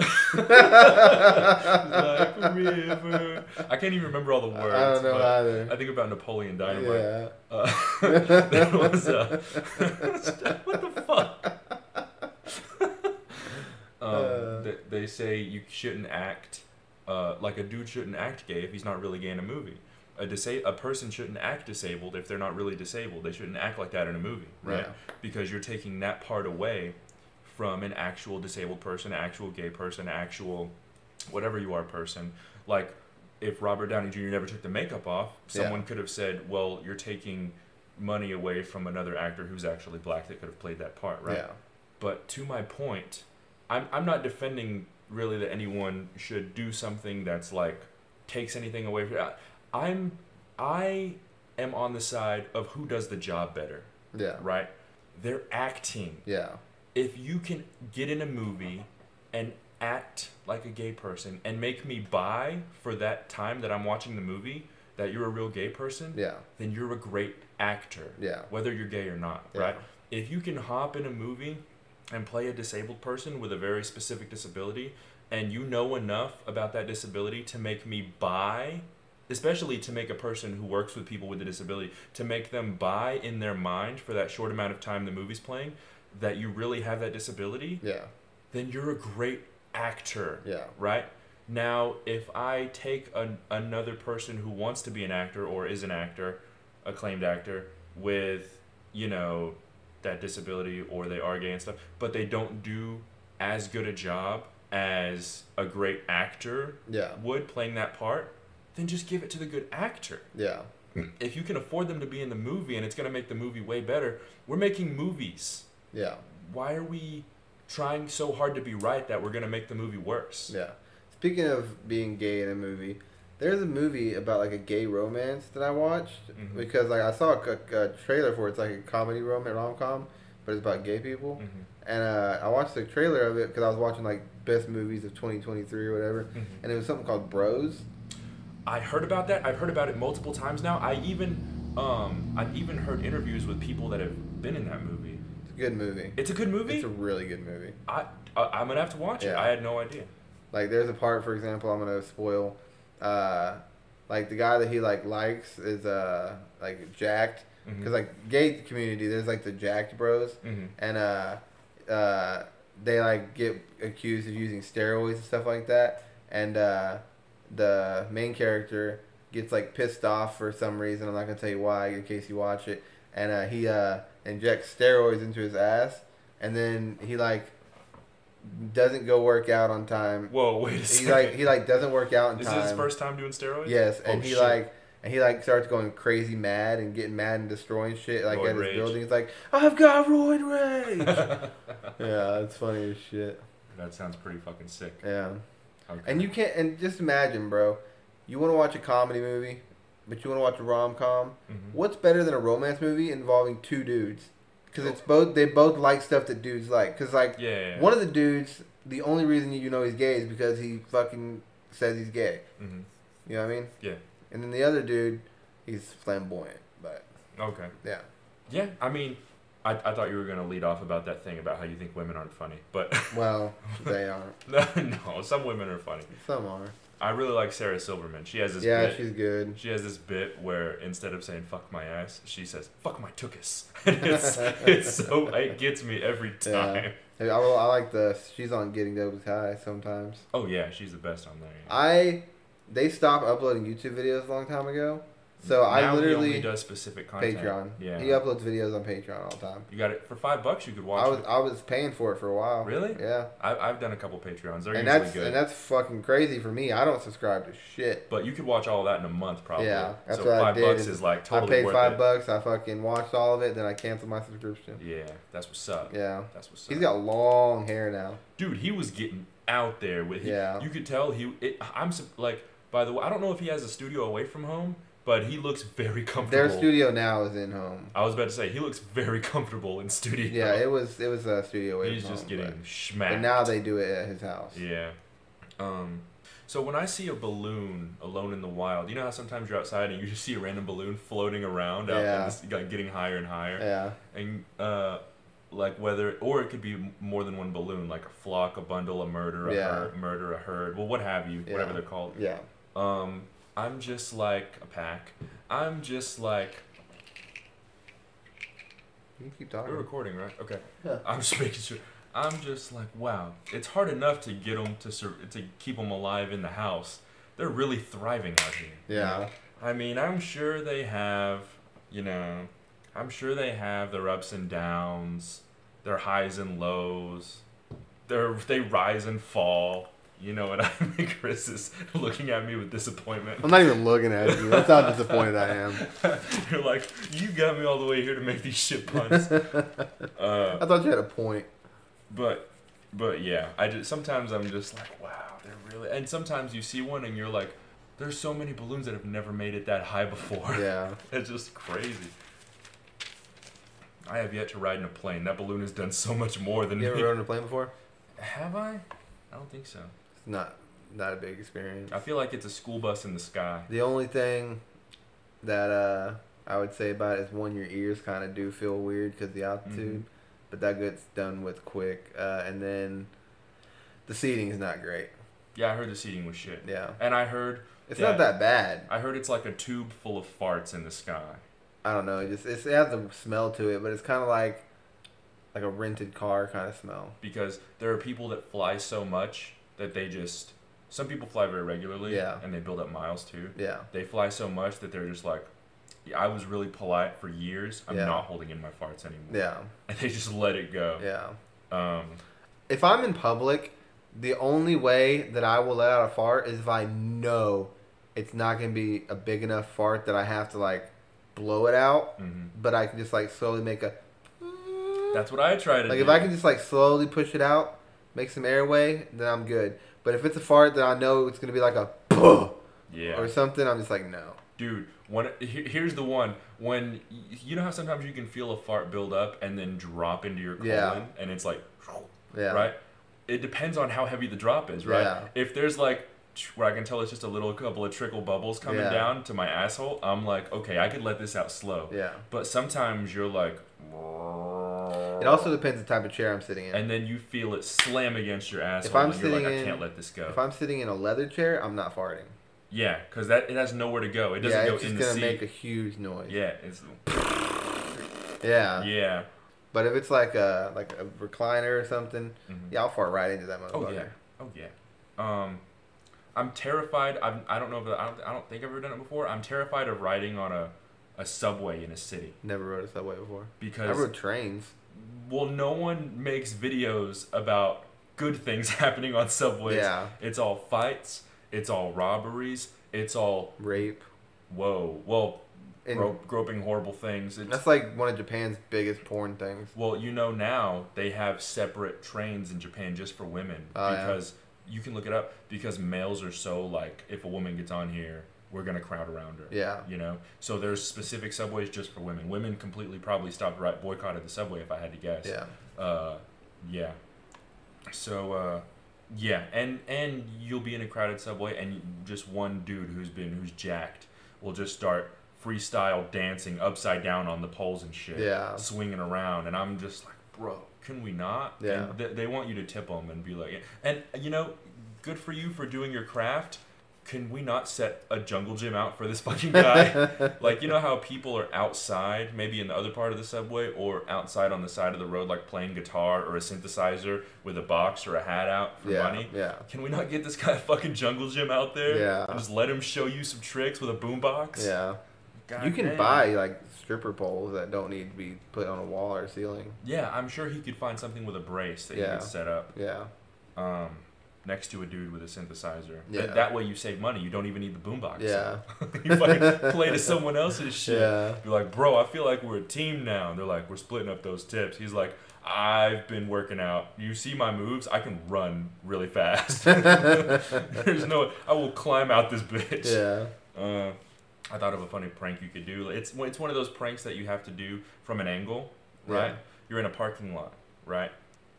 Speaker 2: uh, like a river. I can't even remember all the words.
Speaker 3: I don't know
Speaker 2: but
Speaker 3: either.
Speaker 2: I think about Napoleon Dynamite.
Speaker 3: yeah.
Speaker 2: Uh, that was uh, what the fuck. um,
Speaker 3: Uh.
Speaker 2: th- they say you shouldn't act uh, like a dude shouldn't act gay if he's not really gay in a movie. A disa- a person shouldn't act disabled if they're not really disabled. They shouldn't act like that in a movie, right?
Speaker 3: Yeah.
Speaker 2: Because you're taking that part away from an actual disabled person, actual gay person, actual whatever you are person. Like if Robert Downey Jr. never took the makeup off,
Speaker 3: Yeah.
Speaker 2: someone could have said, "Well, you're taking money away from another actor who's actually black that could have played that part, right?"
Speaker 3: Yeah.
Speaker 2: But to my point, I'm I'm not defending really that anyone should do something that's like takes anything away from. I- I'm I am on the side of who does the job better,
Speaker 3: Yeah.
Speaker 2: right? They're acting
Speaker 3: Yeah.
Speaker 2: if you can get in a movie and act like a gay person and make me buy for that time that I'm watching the movie that you're a real gay person,
Speaker 3: Yeah.
Speaker 2: then you're a great actor.
Speaker 3: Yeah.
Speaker 2: Whether you're gay or not,
Speaker 3: Yeah.
Speaker 2: right? If you can hop in a movie and play a disabled person with a very specific disability and you know enough about that disability to make me buy especially to make a person who works with people with a disability to make them buy in their mind for that short amount of time the movie's playing that you really have that disability
Speaker 3: Yeah.
Speaker 2: then you're a great actor
Speaker 3: Yeah.
Speaker 2: right now if i take an, another person who wants to be an actor or is an actor acclaimed actor with you know that disability or they are gay and stuff, but they don't do as good a job as a great actor
Speaker 3: Yeah.
Speaker 2: would playing that part. Then just give it to the good actor
Speaker 3: Yeah.
Speaker 2: if you can afford them to be in the movie and it's going to make the movie way better, we're making movies.
Speaker 3: Yeah.
Speaker 2: Why are we trying so hard to be right that we're going to make the movie worse?
Speaker 3: Yeah. Speaking of being gay in a movie, there's a movie about like a gay romance that I watched
Speaker 2: Mhm.
Speaker 3: because like I saw a, a- a trailer for it. It's like a comedy rom rom com, but it's about gay people.
Speaker 2: Mm-hmm.
Speaker 3: And uh, I watched the trailer of it because I was watching like best movies of 2023 or whatever,
Speaker 2: Mhm.
Speaker 3: and it was something called Bros.
Speaker 2: I heard about that. I've heard about it multiple times now. I even um, I've even heard interviews with people that have been in that movie.
Speaker 3: It's a good movie.
Speaker 2: It's a good movie.
Speaker 3: It's a really good movie.
Speaker 2: I, I I'm gonna have to watch it.
Speaker 3: Yeah.
Speaker 2: I had no idea.
Speaker 3: Like there's a part, for example, I'm gonna spoil. Uh, like the guy that he like likes is uh like jacked
Speaker 2: Mhm.
Speaker 3: because like gay community there's like the jacked bros
Speaker 2: Mm-hmm.
Speaker 3: and uh uh they like get accused of using steroids and stuff like that and uh the main character gets like pissed off for some reason I'm not gonna tell you why in case you watch it and uh, he uh injects steroids into his ass and then he like doesn't go work out on time
Speaker 2: Whoa, wait a
Speaker 3: he
Speaker 2: second.
Speaker 3: like he like doesn't work out in
Speaker 2: Is
Speaker 3: time
Speaker 2: this his first time doing steroids?
Speaker 3: Yes, and
Speaker 2: Oh,
Speaker 3: he
Speaker 2: shit.
Speaker 3: like and he like starts going crazy mad and getting mad and destroying shit like
Speaker 2: Roid
Speaker 3: at his
Speaker 2: rage.
Speaker 3: building. He's like, I've got roid rage. yeah, that's funny as shit.
Speaker 2: That sounds pretty fucking sick.
Speaker 3: Yeah,
Speaker 2: Okay.
Speaker 3: and you can't and just imagine, bro. You want to watch a comedy movie, but you want to watch a rom com.
Speaker 2: Mhm.
Speaker 3: What's better than a romance movie involving two dudes? Because it's both they both like stuff that dudes like. Because like
Speaker 2: Yeah, yeah, yeah.
Speaker 3: one of the dudes, the only reason you know he's gay is because he fucking says he's gay.
Speaker 2: Mhm.
Speaker 3: You know what I mean?
Speaker 2: Yeah.
Speaker 3: And then the other dude, he's flamboyant, but
Speaker 2: Okay.
Speaker 3: yeah.
Speaker 2: Yeah, I mean, I, I thought you were gonna lead off about that thing about how you think women aren't funny, but
Speaker 3: Well, they aren't.
Speaker 2: no, no, some women are funny.
Speaker 3: Some are.
Speaker 2: I really like Sarah Silverman. She has this
Speaker 3: yeah,
Speaker 2: bit.
Speaker 3: she's good.
Speaker 2: She has this bit where instead of saying "fuck my ass," she says "fuck my tookus," and it's it's so it gets me every time.
Speaker 3: I, I like the she's on Getting Those High sometimes.
Speaker 2: Oh yeah, she's the best on there. yeah.
Speaker 3: I they stopped uploading YouTube videos a long time ago, so I
Speaker 2: Now he only
Speaker 3: literally
Speaker 2: does specific content.
Speaker 3: Patreon.
Speaker 2: Yeah,
Speaker 3: He uploads videos on Patreon all the time.
Speaker 2: you got it for five bucks. You could watch
Speaker 3: I was
Speaker 2: it.
Speaker 3: I was paying for it for a while.
Speaker 2: Really?
Speaker 3: Yeah.
Speaker 2: I, I've done a couple Patreons. They're usually
Speaker 3: and that's
Speaker 2: good.
Speaker 3: and that's fucking crazy for me. I don't subscribe to shit.
Speaker 2: but you could watch all that in a month, probably.
Speaker 3: Yeah, that's
Speaker 2: so
Speaker 3: what I
Speaker 2: five
Speaker 3: did
Speaker 2: bucks
Speaker 3: is
Speaker 2: is like totally
Speaker 3: I paid
Speaker 2: worth
Speaker 3: five
Speaker 2: it.
Speaker 3: bucks. I fucking watched all of it. Then I canceled my subscription.
Speaker 2: Yeah, that's what's up.
Speaker 3: Yeah.
Speaker 2: That's what's up.
Speaker 3: He's got long hair now.
Speaker 2: Dude, he was getting out there with. He,
Speaker 3: Yeah.
Speaker 2: You could tell he. It, I'm sup- like. By the way, I don't know if he has a studio away from home, but he looks very comfortable.
Speaker 3: Their studio now is in home.
Speaker 2: I was about to say he looks very comfortable in studio.
Speaker 3: Yeah, it was it was a studio. away
Speaker 2: he's
Speaker 3: from
Speaker 2: just
Speaker 3: home,
Speaker 2: getting
Speaker 3: but-
Speaker 2: smacked.
Speaker 3: But, now they do it at his house.
Speaker 2: Yeah. Um. So when I see a balloon alone in the wild, you know how sometimes you're outside and you just see a random balloon floating around out
Speaker 3: Yeah.
Speaker 2: there, just, like getting higher and higher,
Speaker 3: Yeah.
Speaker 2: and uh, like whether or it could be m- more than one balloon, like a flock, a bundle, a murder, a
Speaker 3: Yeah.
Speaker 2: herd, murder, a herd, well, what have you,
Speaker 3: Yeah.
Speaker 2: whatever they're called.
Speaker 3: Yeah.
Speaker 2: Um, I'm just like a pack. I'm just like
Speaker 3: You can keep
Speaker 2: we're
Speaker 3: talking.
Speaker 2: recording, right? Okay.
Speaker 3: Yeah.
Speaker 2: I'm just making sure. I'm just like, wow. It's hard enough to get them to sur- to keep them alive in the house. They're really thriving out here. you know?
Speaker 3: Yeah.
Speaker 2: I mean, I'm sure they have, you know, I'm sure they have their ups and downs, their highs and lows. Their they rise and fall. You know what I mean? Chris is looking at me with disappointment.
Speaker 3: I'm not even looking at you. That's how disappointed I am.
Speaker 2: You're like, you got me all the way here to make these shit puns. uh,
Speaker 3: I thought you had a point.
Speaker 2: but, but yeah, I just sometimes I'm just like, wow, they're really. And sometimes you see one and you're like, there's so many balloons that have never made it that high before.
Speaker 3: Yeah.
Speaker 2: it's just crazy. I have yet to ride in a plane. That balloon has done so much more than
Speaker 3: You ever
Speaker 2: me.
Speaker 3: rode on a plane before?
Speaker 2: Have I? I don't think so.
Speaker 3: It's not not a big experience.
Speaker 2: I feel like it's a school bus in the sky.
Speaker 3: The only thing that uh, I would say about it is one, your ears kind of do feel weird because the altitude, but that gets done with quick. Uh, and then the seating is not great.
Speaker 2: Yeah, I heard the seating was shit.
Speaker 3: Yeah,
Speaker 2: And I heard,
Speaker 3: it's
Speaker 2: Yeah.
Speaker 3: not that bad.
Speaker 2: I heard it's like a tube full of farts in the sky.
Speaker 3: I don't know. It just it's, it has a smell to it, but it's kind of like like a rented car kind of smell.
Speaker 2: because there are people that fly so much that they just some people fly very regularly
Speaker 3: Yeah.
Speaker 2: and they build up miles too
Speaker 3: Yeah,
Speaker 2: they fly so much that they're just like I was really polite for years. I'm
Speaker 3: Yeah.
Speaker 2: not holding in my farts anymore.
Speaker 3: Yeah,
Speaker 2: And they just let it go.
Speaker 3: yeah.
Speaker 2: Um,
Speaker 3: If I'm in public, the only way that I will let out a fart is if I know it's not gonna be a big enough fart that I have to like blow it out,
Speaker 2: mhm.
Speaker 3: but I can just like slowly make a
Speaker 2: That's what I try to
Speaker 3: like
Speaker 2: do.
Speaker 3: if I can just like slowly push it out, make some airway, then I'm good. But if it's a fart that I know it's gonna be like a
Speaker 2: yeah.
Speaker 3: or something, I'm just like no.
Speaker 2: Dude, one here, here's the one when y- you know how sometimes you can feel a fart build up and then drop into your colon
Speaker 3: Yeah.
Speaker 2: and it's like
Speaker 3: Yeah.
Speaker 2: right? It depends on how heavy the drop is, right?
Speaker 3: Yeah.
Speaker 2: If there's like where I can tell it's just a little couple of trickle bubbles coming
Speaker 3: Yeah.
Speaker 2: down to my asshole, I'm like, okay, I could let this out slow.
Speaker 3: Yeah.
Speaker 2: But sometimes you're like
Speaker 3: It also depends the type of chair I'm sitting in.
Speaker 2: and then you feel it slam against your asshole
Speaker 3: I'm
Speaker 2: and you're like,
Speaker 3: sitting
Speaker 2: I
Speaker 3: in-
Speaker 2: can't let this go.
Speaker 3: If I'm sitting in a leather chair, I'm not farting.
Speaker 2: yeah, because that it has nowhere to go. It doesn't
Speaker 3: Yeah,
Speaker 2: go
Speaker 3: it's just
Speaker 2: in the
Speaker 3: gonna
Speaker 2: seat.
Speaker 3: make a huge noise.
Speaker 2: yeah, it's
Speaker 3: Yeah.
Speaker 2: yeah.
Speaker 3: But if it's like a like a recliner or something,
Speaker 2: Mhm.
Speaker 3: yeah, I'll fart right into that motherfucker.
Speaker 2: Oh yeah. Oh yeah. Um, I'm terrified. I'm, I don't know. If, I don't. I don't think I've ever done it before. I'm terrified of riding on a, a subway in a city
Speaker 3: Never rode a subway before. I
Speaker 2: because
Speaker 3: rode trains.
Speaker 2: well, no one makes videos about good things happening on subways.
Speaker 3: Yeah.
Speaker 2: It's all fights. It's all robberies. It's all
Speaker 3: Rape.
Speaker 2: whoa. Well,
Speaker 3: And-
Speaker 2: gro- groping horrible things. It's,
Speaker 3: That's like one of Japan's biggest porn things.
Speaker 2: Well, you know now they have separate trains in Japan just for women
Speaker 3: Oh, yeah.
Speaker 2: because you can look it up because males are so like if a woman gets on here, we're gonna crowd around her.
Speaker 3: Yeah.
Speaker 2: You know, so there's specific subways just for women. Women completely probably stopped right boycotted the subway if I had to guess.
Speaker 3: Yeah.
Speaker 2: Uh, yeah. So uh, yeah, and and you'll be in a crowded subway, and just one dude who's been who's jacked will just start freestyle dancing upside down on the poles and shit,
Speaker 3: Yeah.
Speaker 2: uh, swinging around, and I'm just like, bro, can we not?
Speaker 3: Yeah.
Speaker 2: And th- they want you to tip them and be like, and uh, you know, good for you for doing your craft. Can we not set a jungle gym out for this fucking guy? like you know how people are outside maybe in the other part of the subway or outside on the side of the road like playing guitar or a synthesizer with a box or a hat out for
Speaker 3: Yeah.
Speaker 2: money
Speaker 3: Yeah.
Speaker 2: can we not get this guy a fucking jungle gym out there
Speaker 3: Yeah.
Speaker 2: and just let him show you some tricks with a boombox
Speaker 3: Yeah.
Speaker 2: God
Speaker 3: you can
Speaker 2: damn.
Speaker 3: buy like stripper poles that don't need to be put on a wall or ceiling.
Speaker 2: yeah i'm sure he could find something with a brace that he
Speaker 3: Yeah.
Speaker 2: could set up
Speaker 3: Yeah.
Speaker 2: um next to a dude with a synthesizer
Speaker 3: Yeah.
Speaker 2: that, that way you save money you don't even need the boombox
Speaker 3: Yeah.
Speaker 2: you fucking play to someone else's shit
Speaker 3: Yeah.
Speaker 2: Be like, bro, I feel like we're a team now. And they're like, we're splitting up those tips. He's like, I've been working out. You see my moves? I can run really fast. There's no, I will climb out this bitch.
Speaker 3: Yeah.
Speaker 2: Uh, I thought of a funny prank you could do. It's it's one of those pranks that you have to do from an angle, right?
Speaker 3: Yeah.
Speaker 2: You're in a parking lot, right?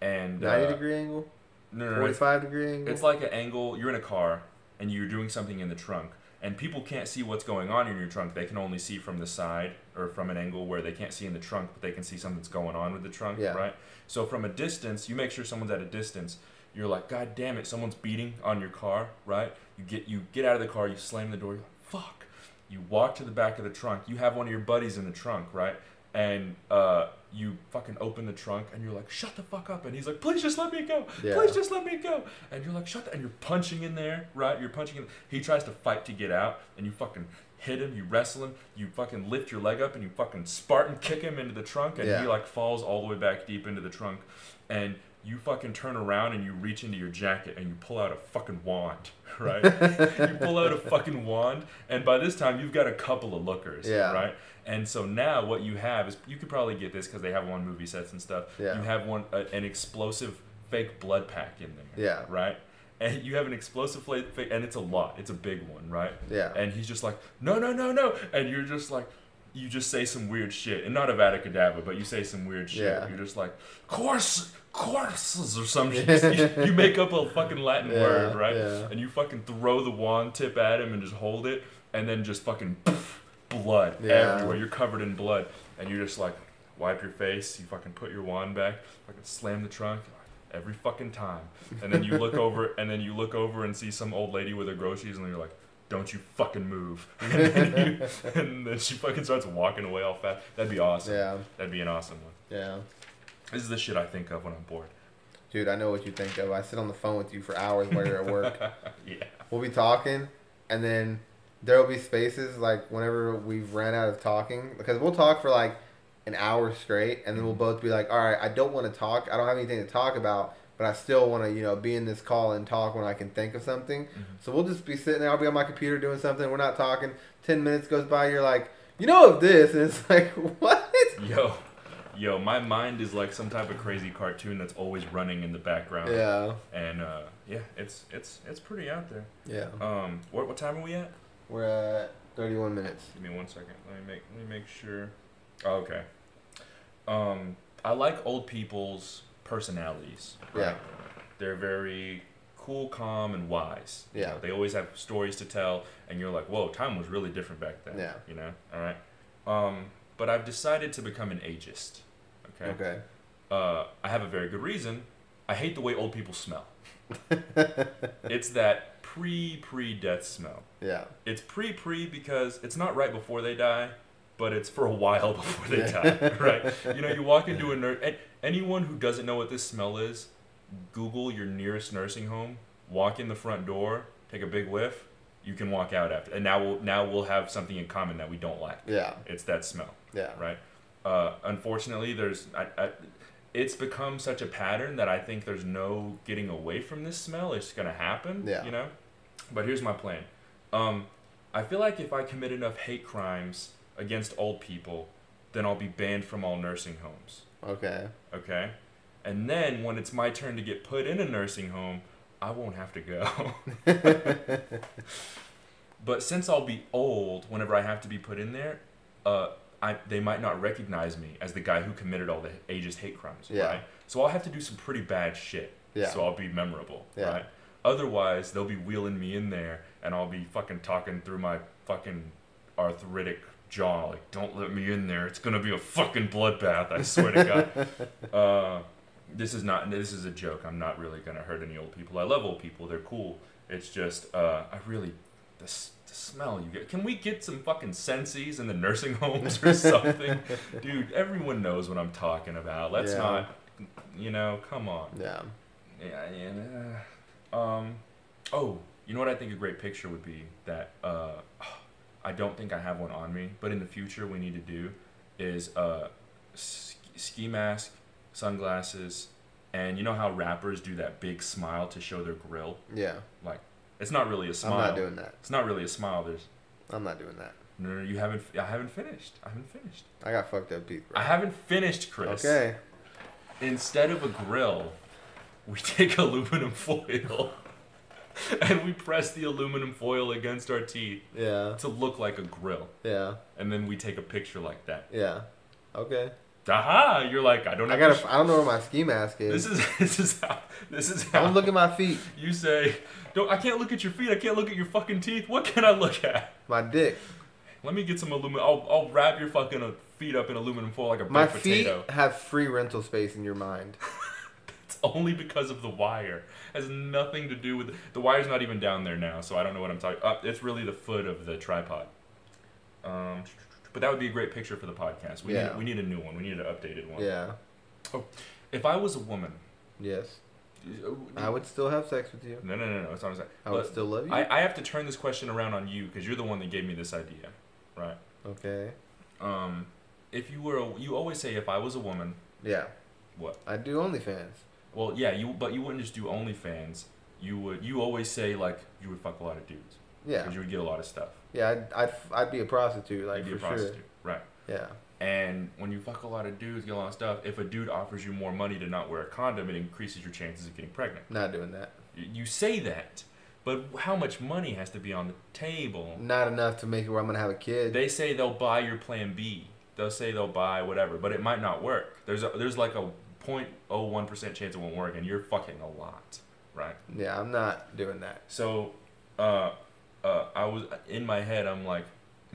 Speaker 2: And uh,
Speaker 3: 90 degree angle?
Speaker 2: no, no, no, it's-
Speaker 3: 45 degree angle?
Speaker 2: it's like an angle. You're in a car and you're doing something in the trunk, and people can't see what's going on in your trunk. They can only see from the side or from an angle where they can't see in the trunk, but they can see something that's going on with the trunk,
Speaker 3: Yeah.
Speaker 2: right? So from a distance, you make sure someone's at a distance. You're like, God damn it, someone's beating on your car, right? You get you get out of the car, you slam the door, you're like, fuck. You walk to the back of the trunk. You have one of your buddies in the trunk, right? And uh, you fucking open the trunk, and you're like, "Shut the fuck up!" And he's like, "Please just let me go.
Speaker 3: Yeah.
Speaker 2: Please just let me go." And you're like, "Shut!" The-. And you're punching in there, right? You're punching. In. He tries to fight to get out, and you fucking hit him. You wrestle him. You fucking lift your leg up, and you fucking Spartan kick him into the trunk, and
Speaker 3: Yeah.
Speaker 2: he like falls all the way back deep into the trunk, and. You fucking turn around and you reach into your jacket and you pull out a fucking wand, right? you pull out a fucking wand, and by this time you've got a couple of lookers,
Speaker 3: Yeah.
Speaker 2: right? And so now what you have is you could probably get this because they have one movie sets and stuff.
Speaker 3: Yeah.
Speaker 2: You have one a, an explosive fake blood pack in there.
Speaker 3: Yeah.
Speaker 2: Right. And you have an explosive fla- fake, and it's a lot. It's a big one, right?
Speaker 3: Yeah.
Speaker 2: And he's just like, no, no, no, no, and you're just like. You just say some weird shit, and not a Vaticadabra, but you say some weird shit.
Speaker 3: Yeah.
Speaker 2: You're just like, corse, corpses, or some shit. you, you make up a fucking Latin
Speaker 3: Yeah,
Speaker 2: word, right?
Speaker 3: yeah.
Speaker 2: And you fucking throw the wand tip at him and just hold it, and then just fucking poof, blood
Speaker 3: Yeah.
Speaker 2: everywhere. You're covered in blood, and you're just like, wipe your face. You fucking put your wand back, fucking slam the trunk. Every fucking time, and then you look over, and then you look over and see some old lady with her groceries, and you're like, "Don't you fucking move!" And then, you, and then she fucking starts walking away all fast. That'd be awesome.
Speaker 3: yeah.
Speaker 2: That'd be an awesome one.
Speaker 3: Yeah.
Speaker 2: This is the shit I think of when I'm bored.
Speaker 3: Dude, I know what you think of. I sit on the phone with you for hours while you're at work.
Speaker 2: Yeah.
Speaker 3: We'll be talking, and then there will be spaces like whenever we've ran out of talking because we'll talk for like an hour straight and then we'll both be like all right i don't want to talk i don't have anything to talk about but i still want to you know be in this call and talk when i can think of something so we'll just be sitting there i'll be on my computer doing something we're not talking 10 minutes goes by you're like you know of this and it's like what
Speaker 2: Yo, yo, my mind is like some type of crazy cartoon that's always running in the background.
Speaker 3: yeah
Speaker 2: And uh, yeah, it's it's it's pretty out there.
Speaker 3: yeah
Speaker 2: Um, what what time are we at?
Speaker 3: we're at 31 minutes
Speaker 2: Give me one second. Let me make let me make sure. Oh, okay. Um, I like old people's personalities.
Speaker 3: yeah
Speaker 2: They're very cool, calm, and wise. You
Speaker 3: Yeah.
Speaker 2: know, they always have stories to tell, and you're like, whoa, time was really different back then.
Speaker 3: Yeah.
Speaker 2: You know. All right. Um, but I've decided to become an ageist. Okay.
Speaker 3: okay
Speaker 2: uh, I have a very good reason. I hate the way old people smell. it's that pre pre death smell.
Speaker 3: yeah
Speaker 2: It's pre pre because it's not right before they die, but it's for a while before they die, right? You know, you walk into a nurse. And anyone who doesn't know what this smell is, Google your nearest nursing home. Walk in the front door, take a big whiff. You can walk out after, and now we'll now we'll have something in common that we don't like.
Speaker 3: yeah
Speaker 2: It's that smell
Speaker 3: yeah
Speaker 2: right? Uh, unfortunately, there's I, I, it's become such a pattern that I think there's no getting away from this smell. It's gonna happen,
Speaker 3: Yeah.
Speaker 2: you know. But here's my plan. Um, I feel like if I commit enough hate crimes against old people, then I'll be banned from all nursing homes.
Speaker 3: okay
Speaker 2: Okay, and then when it's my turn to get put in a nursing home, I won't have to go. But since I'll be old whenever I have to be put in there, uh, I, they might not recognize me as the guy who committed all the ageist hate crimes,
Speaker 3: Yeah.
Speaker 2: right? So I'll have to do some pretty bad shit.
Speaker 3: Yeah.
Speaker 2: So I'll be memorable,
Speaker 3: Yeah.
Speaker 2: right? Otherwise, they'll be wheeling me in there and I'll be fucking talking through my fucking arthritic jaw, like, don't let me in there. It's gonna be a fucking bloodbath, I swear to God. Uh, this is not, this is a joke. I'm not really gonna hurt any old people. I love old people, they're cool. It's just, uh, I really the, s- the smell you get. Can we get some fucking sensies in the nursing homes or something? Dude, everyone knows what I'm talking about. Let's
Speaker 3: Yeah.
Speaker 2: not, you know, come on.
Speaker 3: yeah
Speaker 2: Yeah, yeah. nah. Um, oh, you know what I think a great picture would be that uh, I don't think I have one on me, but in the future we need to do is uh, ski, ski mask, sunglasses, and you know how rappers do that big smile to show their grill?
Speaker 3: yeah
Speaker 2: Like, it's not really a smile.
Speaker 3: i'm not doing that
Speaker 2: It's not really a smile. There's
Speaker 3: i'm not doing that
Speaker 2: no, no, you haven't. I haven't finished. I haven't finished.
Speaker 3: i got fucked up teeth bro
Speaker 2: I haven't finished, Chris.
Speaker 3: okay
Speaker 2: Instead of a grill, we take aluminum foil, and we press the aluminum foil against our teeth
Speaker 3: yeah
Speaker 2: to look like a grill,
Speaker 3: yeah
Speaker 2: and then we take a picture like that.
Speaker 3: Yeah. Okay.
Speaker 2: Aha! You're like, I don't.
Speaker 3: I
Speaker 2: Have
Speaker 3: gotta.
Speaker 2: to sh-
Speaker 3: I don't know where my ski mask is.
Speaker 2: this is this is how this is how
Speaker 3: Don't look at my feet.
Speaker 2: you say. Don't. I can't look at your feet. I can't look at your fucking teeth. What can I look at?
Speaker 3: My dick.
Speaker 2: Let me get some aluminum. I'll, I'll wrap your fucking uh, feet up in aluminum foil like a
Speaker 3: My
Speaker 2: baked
Speaker 3: feet
Speaker 2: potato.
Speaker 3: have free rental space in your mind.
Speaker 2: It's only because of the wire. It has nothing to do with the wire's not even down there now, so I don't know what I'm talking. Up, it's really the foot of the tripod. Um, but that would be a great picture for the podcast. We
Speaker 3: Yeah.
Speaker 2: need we need a new one. We need an updated one.
Speaker 3: Yeah.
Speaker 2: If I was a woman,
Speaker 3: Yes.
Speaker 2: no,
Speaker 3: I would still have sex with you.
Speaker 2: no, no, no. It's not what I'm saying.
Speaker 3: I would
Speaker 2: But
Speaker 3: still love you.
Speaker 2: I, I have to turn this question around on you because you're the one that gave me this idea, right?
Speaker 3: okay.
Speaker 2: Um, if you were, a, you always say if I was a woman,
Speaker 3: Yeah.
Speaker 2: what?
Speaker 3: I do OnlyFans.
Speaker 2: Well, yeah, you but you wouldn't just do OnlyFans. You would. You always say like you would fuck a lot of dudes.
Speaker 3: Yeah.
Speaker 2: Because you would get a lot of stuff.
Speaker 3: Yeah. I'd, I'd, I'd be a prostitute. Like
Speaker 2: You'd be
Speaker 3: for
Speaker 2: a prostitute. Right.
Speaker 3: sure. Yeah.
Speaker 2: And when you fuck a lot of dudes, get a lot of stuff, if a dude offers you more money to not wear a condom, it increases your chances of getting pregnant.
Speaker 3: Not doing that.
Speaker 2: Y- You say that, but how much money has to be on the table?
Speaker 3: Not enough to make it where I'm gonna have a kid.
Speaker 2: They say they'll buy your plan B. They'll say they'll buy whatever, but it might not work. There's a, there's like a 0.01% chance it won't work, and you're fucking a lot, right?
Speaker 3: yeah. I'm not doing that.
Speaker 2: So, uh, uh, I was in my head. I'm like,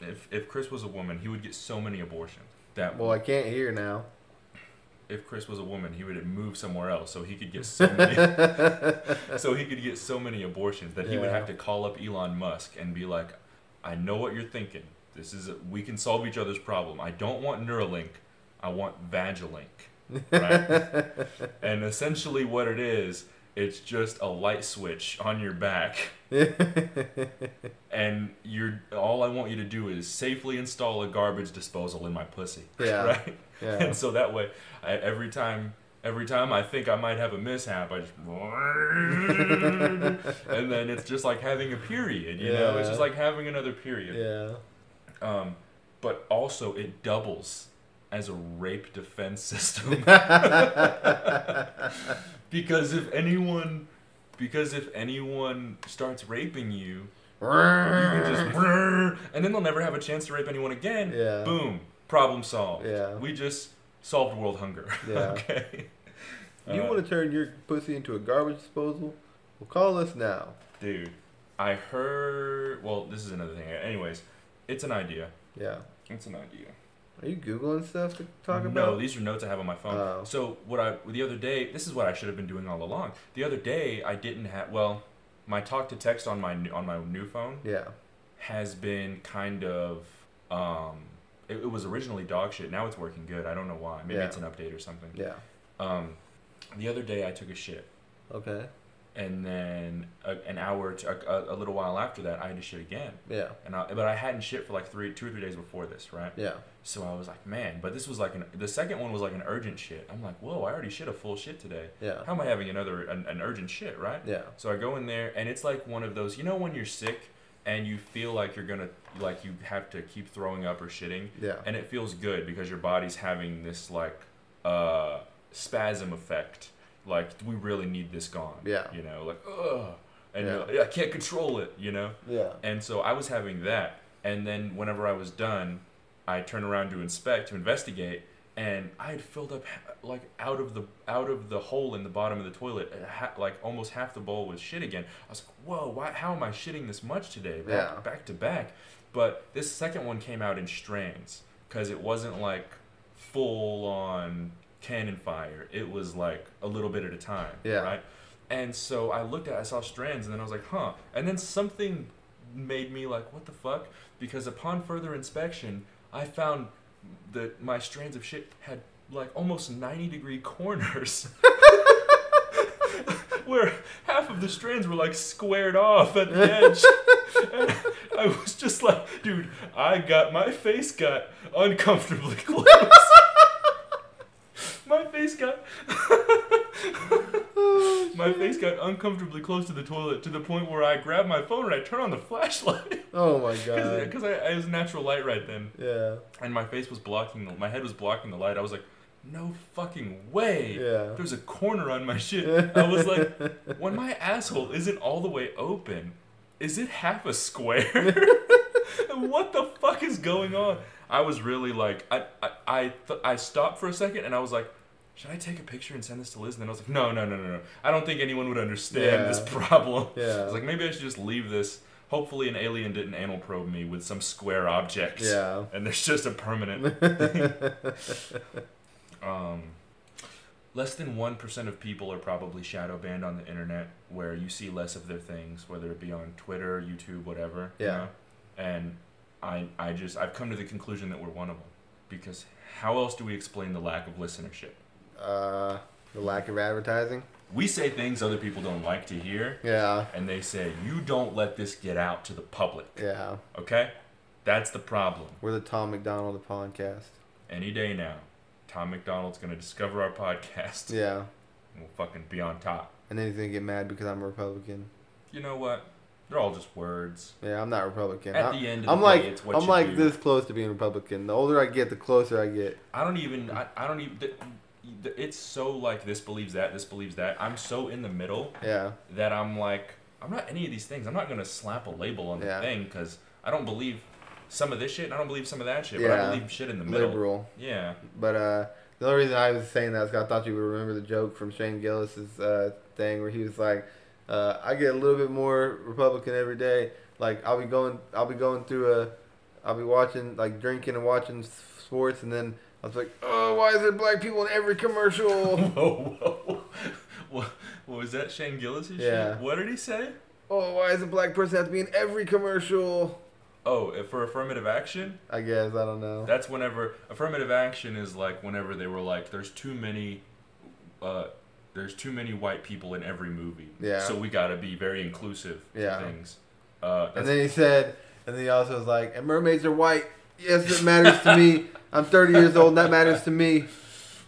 Speaker 2: if if Chris was a woman, he would get so many abortions. That
Speaker 3: Well, I can't hear now.
Speaker 2: if Chris was a woman, he would move somewhere else, so he could get so many, so he could get so many abortions that he would
Speaker 3: Yeah.
Speaker 2: have to call up Elon Musk and be like, "I know what you're thinking. This is we can solve each other's problem. I don't want Neuralink. I want Vagilink." Right? and essentially, what it is It's just a light switch on your back, and you're all I want you to do is safely install a garbage disposal in my pussy.
Speaker 3: Yeah.
Speaker 2: Right.
Speaker 3: yeah.
Speaker 2: And so that way, I, every time, every time I think I might have a mishap, I just, and then it's just like having a period. You know, it's just
Speaker 3: Yeah.
Speaker 2: like having another period.
Speaker 3: Yeah.
Speaker 2: Um, but also it doubles as a rape defense system. because if anyone because if anyone starts raping you, you can just and then they'll never have a chance to rape anyone again.
Speaker 3: Yeah.
Speaker 2: Boom. Problem solved.
Speaker 3: Yeah.
Speaker 2: We just solved world hunger.
Speaker 3: Yeah.
Speaker 2: okay.
Speaker 3: You
Speaker 2: Uh,
Speaker 3: want to turn your pussy into a garbage disposal? Well, call us now.
Speaker 2: Dude, I heard well, this is another thing. Anyways, it's an idea.
Speaker 3: Yeah.
Speaker 2: It's an idea.
Speaker 3: Are you googling stuff to talk
Speaker 2: No,
Speaker 3: about?
Speaker 2: these are notes I have on my phone.
Speaker 3: Oh.
Speaker 2: So what I the other day, this is what I should have been doing all along. The other day I didn't have well, my talk to text on my new- on my new phone
Speaker 3: Yeah.
Speaker 2: has been kind of um it, it was originally dog shit. Now it's working good. I don't know why. Maybe
Speaker 3: Yeah.
Speaker 2: it's an update or something.
Speaker 3: Yeah.
Speaker 2: Um the other day I took a shit
Speaker 3: Okay.
Speaker 2: and then a, an hour to, a, a little while after that I had to shit again.
Speaker 3: Yeah.
Speaker 2: And I, but I hadn't shit for like 3 2 or 3 days before this, right?
Speaker 3: Yeah.
Speaker 2: So I was like, man, but this was like an, the second one was like an urgent shit. I'm like, whoa, I already shit a full shit today.
Speaker 3: Yeah.
Speaker 2: How am I having another an, an urgent shit, right?
Speaker 3: Yeah.
Speaker 2: So I go in there and it's like one of those, you know, when you're sick and you feel like you're gonna like you have to keep throwing up or shitting,
Speaker 3: Yeah.
Speaker 2: and it feels good because your body's having this like uh spasm effect. Like we really need this gone.
Speaker 3: Yeah.
Speaker 2: You know, like ugh, and
Speaker 3: Yeah.
Speaker 2: you're like, I can't control it. You know.
Speaker 3: Yeah.
Speaker 2: And so I was having that. And then whenever I was done, I turned around to inspect, to investigate, and I had filled up ha- like out of the out of the hole in the bottom of the toilet, uh, ha- like almost half the bowl with shit again. I was like, "Whoa, why, how am I shitting this much today? Back,
Speaker 3: Yeah.
Speaker 2: back to back." But this second one came out in strands because it wasn't like full on cannon fire. It was like a little bit at a time.
Speaker 3: Yeah.
Speaker 2: Right. And so I looked at, it, I saw strands, and then I was like, "Huh." And then something made me like, "What the fuck?" Because upon further inspection, I found that my strands of shit had like almost 90 degree corners. Where half of the strands were like squared off at the edge. And I was just like, dude, I got my face got uncomfortably close. my face got my face got uncomfortably close to the toilet to the point where I grabbed my phone and I turned on the flashlight
Speaker 3: Oh my god.
Speaker 2: because I, I it was natural light right then,
Speaker 3: Yeah.
Speaker 2: and my face was blocking the, my head was blocking the light. I was like, no fucking way.
Speaker 3: Yeah.
Speaker 2: There's a corner on my shit. I was like, when my asshole isn't all the way open, is it half a square? what the fuck is going on? I was really like, I I I, th- I stopped for a second and I was like. Should I take a picture and send this to Liz? And then I was like, no, no, no, no, no. I don't think anyone would understand
Speaker 3: Yeah.
Speaker 2: this problem. I
Speaker 3: Yeah.
Speaker 2: was like, maybe I should just leave this. Hopefully, an alien didn't anal probe me with some square object.
Speaker 3: Yeah.
Speaker 2: And there's just a permanent. um, less than 1% of people are probably shadow banned on the internet where you see less of their things, whether it be on Twitter, YouTube, whatever. you
Speaker 3: Yeah.
Speaker 2: know? And I, I just, I've come to the conclusion that we're one of them. Because how else do we explain the lack of listenership?
Speaker 3: Uh, the lack of advertising.
Speaker 2: We say things other people don't like to hear,
Speaker 3: Yeah.
Speaker 2: and they say, you don't let this get out to the public.
Speaker 3: Yeah.
Speaker 2: Okay? That's the problem.
Speaker 3: We're the Tom McDonald of podcast.
Speaker 2: Any day now, Tom McDonald's going to discover our podcast.
Speaker 3: Yeah.
Speaker 2: And we'll fucking be on top.
Speaker 3: And then he's gonna get mad because I'm a Republican.
Speaker 2: You know what? They're all just words.
Speaker 3: Yeah, I'm not Republican.
Speaker 2: At
Speaker 3: I,
Speaker 2: the end of
Speaker 3: I'm
Speaker 2: the
Speaker 3: like
Speaker 2: day, it's what
Speaker 3: I'm
Speaker 2: you
Speaker 3: like
Speaker 2: do.
Speaker 3: this close to being Republican. The older I get, the closer I get.
Speaker 2: I don't even. I, I don't even. th- th- It's so like this believes that, this believes that. I'm so in the middle
Speaker 3: Yeah.
Speaker 2: that I'm like, I'm not any of these things. I'm not going to slap a label on the
Speaker 3: Yeah.
Speaker 2: thing because I don't believe some of this shit and I don't believe some of that shit. But
Speaker 3: Yeah.
Speaker 2: I believe shit in the middle.
Speaker 3: Liberal.
Speaker 2: Yeah.
Speaker 3: But uh, the only reason I was saying that is 'cause I thought you would remember the joke from Shane Gillis's uh, thing where he was like, uh, "I get a little bit more Republican every day. Like I'll be going, I'll be going through a, I'll be watching like drinking and watching s- sports, and then I was like, oh, why is there black people in every commercial?
Speaker 2: Whoa, whoa. What, what was that Shane Gillis'
Speaker 3: Yeah.
Speaker 2: shit? What did he say?
Speaker 3: oh, why does a black person have to be in every commercial?
Speaker 2: Oh, if for affirmative action?
Speaker 3: I guess I don't know.
Speaker 2: That's whenever affirmative action is like whenever they were like, there's too many uh, there's too many white people in every movie.
Speaker 3: Yeah.
Speaker 2: So we gotta be very inclusive
Speaker 3: Yeah.
Speaker 2: to things. Uh,
Speaker 3: And then he said, and then he also was like, and mermaids are white. Yes, it matters to me. I'm 30 years old. That matters to me.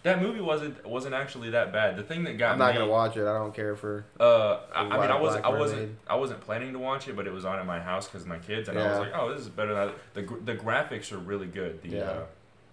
Speaker 2: that movie wasn't wasn't actually that bad. The thing that got
Speaker 3: I'm not
Speaker 2: me,
Speaker 3: gonna watch it. I don't care for.
Speaker 2: Uh, I, I
Speaker 3: Why
Speaker 2: mean, I wasn't, I
Speaker 3: Black
Speaker 2: wasn't,
Speaker 3: Mermaid?
Speaker 2: I wasn't planning to watch it, but it was on at my house because my kids, and I was
Speaker 3: Yeah.
Speaker 2: like, oh, this is better. Than I, the gr- the graphics are really good. The
Speaker 3: Yeah.
Speaker 2: uh,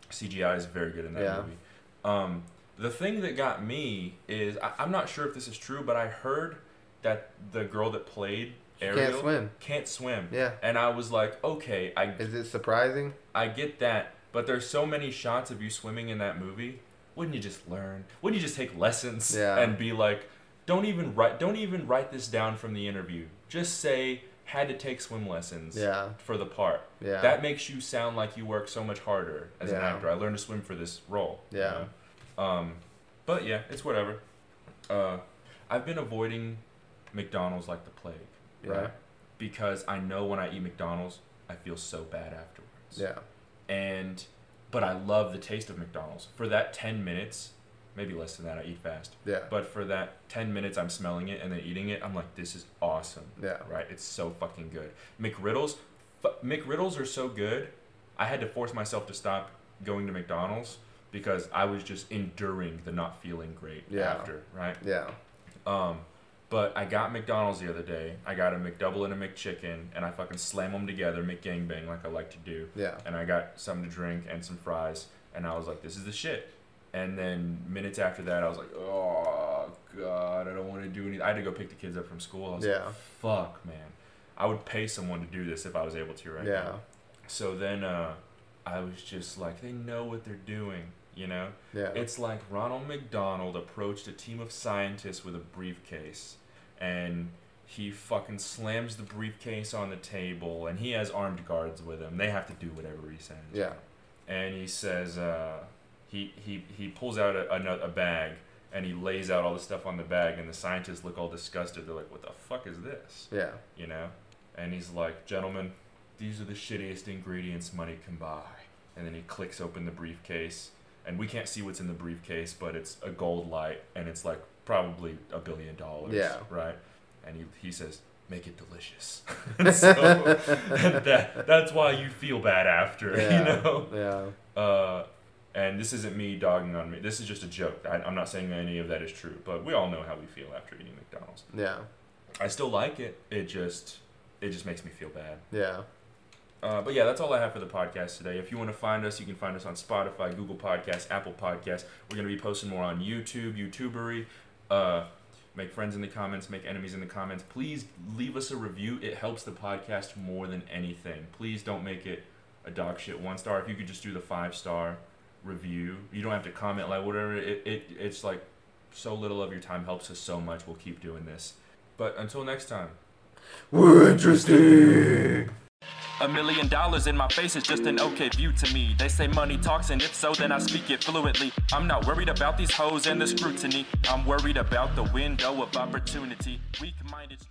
Speaker 2: CGI is very good in that
Speaker 3: Yeah.
Speaker 2: movie. Um, the thing that got me is I, I'm not sure if this is true, but I heard that the girl that played Ariel
Speaker 3: Can't swim.
Speaker 2: can't swim.
Speaker 3: Yeah.
Speaker 2: And I was like, okay, I
Speaker 3: Is it surprising?
Speaker 2: I get that, but there's so many shots of you swimming in that movie. Wouldn't you just learn? Wouldn't you just take lessons
Speaker 3: Yeah.
Speaker 2: and be like, don't even write, don't even write this down from the interview. Just say had to take swim lessons
Speaker 3: Yeah.
Speaker 2: for the part.
Speaker 3: Yeah.
Speaker 2: That makes you sound like you work so much harder as an
Speaker 3: Yeah.
Speaker 2: actor. I learned to swim for this role. you
Speaker 3: Yeah.
Speaker 2: know? Um, but yeah, it's whatever. Uh, I've been avoiding McDonald's like the plague,
Speaker 3: Yeah.
Speaker 2: right? Because I know when I eat McDonald's, I feel so bad afterwards
Speaker 3: Yeah.
Speaker 2: and but I love the taste of McDonald's. For that 10 minutes, maybe less than that, I eat fast.
Speaker 3: Yeah.
Speaker 2: But for that 10 minutes I'm smelling it and then eating it, I'm like this is awesome.
Speaker 3: Yeah.
Speaker 2: Right? It's so fucking good. McRiddles fu- McRiddles are so good. I had to force myself to stop going to McDonald's because I was just enduring the not feeling great
Speaker 3: Yeah.
Speaker 2: after, right?
Speaker 3: Yeah.
Speaker 2: Um, but I got McDonald's the other day. I got a McDouble and a McChicken, and I fucking slam them together, McGangbang, like I like to do.
Speaker 3: Yeah.
Speaker 2: And I got something to drink and some fries, and I was like, this is the shit. And then minutes after that, I was like, oh, God, I don't want to do anything. I had to go pick the kids up from school. I was
Speaker 3: Yeah.
Speaker 2: like, fuck, man. I would pay someone to do this if I was able to right now.
Speaker 3: Yeah.
Speaker 2: So then uh, I was just like, they know what they're doing, you know?
Speaker 3: Yeah.
Speaker 2: It's like Ronald McDonald approached a team of scientists with a briefcase and he fucking slams the briefcase on the table and he has armed guards with him. They have to do whatever he says.
Speaker 3: Yeah.
Speaker 2: And he says, uh, he, he, he pulls out a, a, a bag and he lays out all the stuff on the bag and the scientists look all disgusted. They're like, what the fuck is this?
Speaker 3: Yeah.
Speaker 2: you know? And he's like, gentlemen, these are the shittiest ingredients money can buy. And then he clicks open the briefcase, and we can't see what's in the briefcase, but it's a gold light, and it's like probably a billion dollars.
Speaker 3: Yeah.
Speaker 2: Right? And he, he says, make it delicious. And so that, that's why you feel bad after,
Speaker 3: Yeah.
Speaker 2: you know?
Speaker 3: Yeah.
Speaker 2: Uh, and this isn't me dogging on me. This is just a joke. I, I'm not saying any of that is true, but we all know how we feel after eating McDonald's.
Speaker 3: Yeah.
Speaker 2: I still like it. It just it just makes me feel bad.
Speaker 3: Yeah.
Speaker 2: Uh, but yeah, that's all I have for the podcast today. If you want to find us, you can find us on Spotify, Google Podcasts, Apple Podcasts. We're gonna be posting more on YouTube, YouTubery. Uh, make friends in the comments, make enemies in the comments. Please leave us a review. It helps the podcast more than anything. Please don't make it a dog shit one star. If you could just do the five star review, you don't have to comment like whatever. It, it it's like so little of your time helps us so much. We'll keep doing this. But until next time.
Speaker 3: We're interesting.
Speaker 1: A million dollars in my face is just an okay view to me. They say money talks, and if so, then I speak it fluently. I'm not worried about these hoes and the scrutiny. I'm worried about the window of opportunity. Weak minded.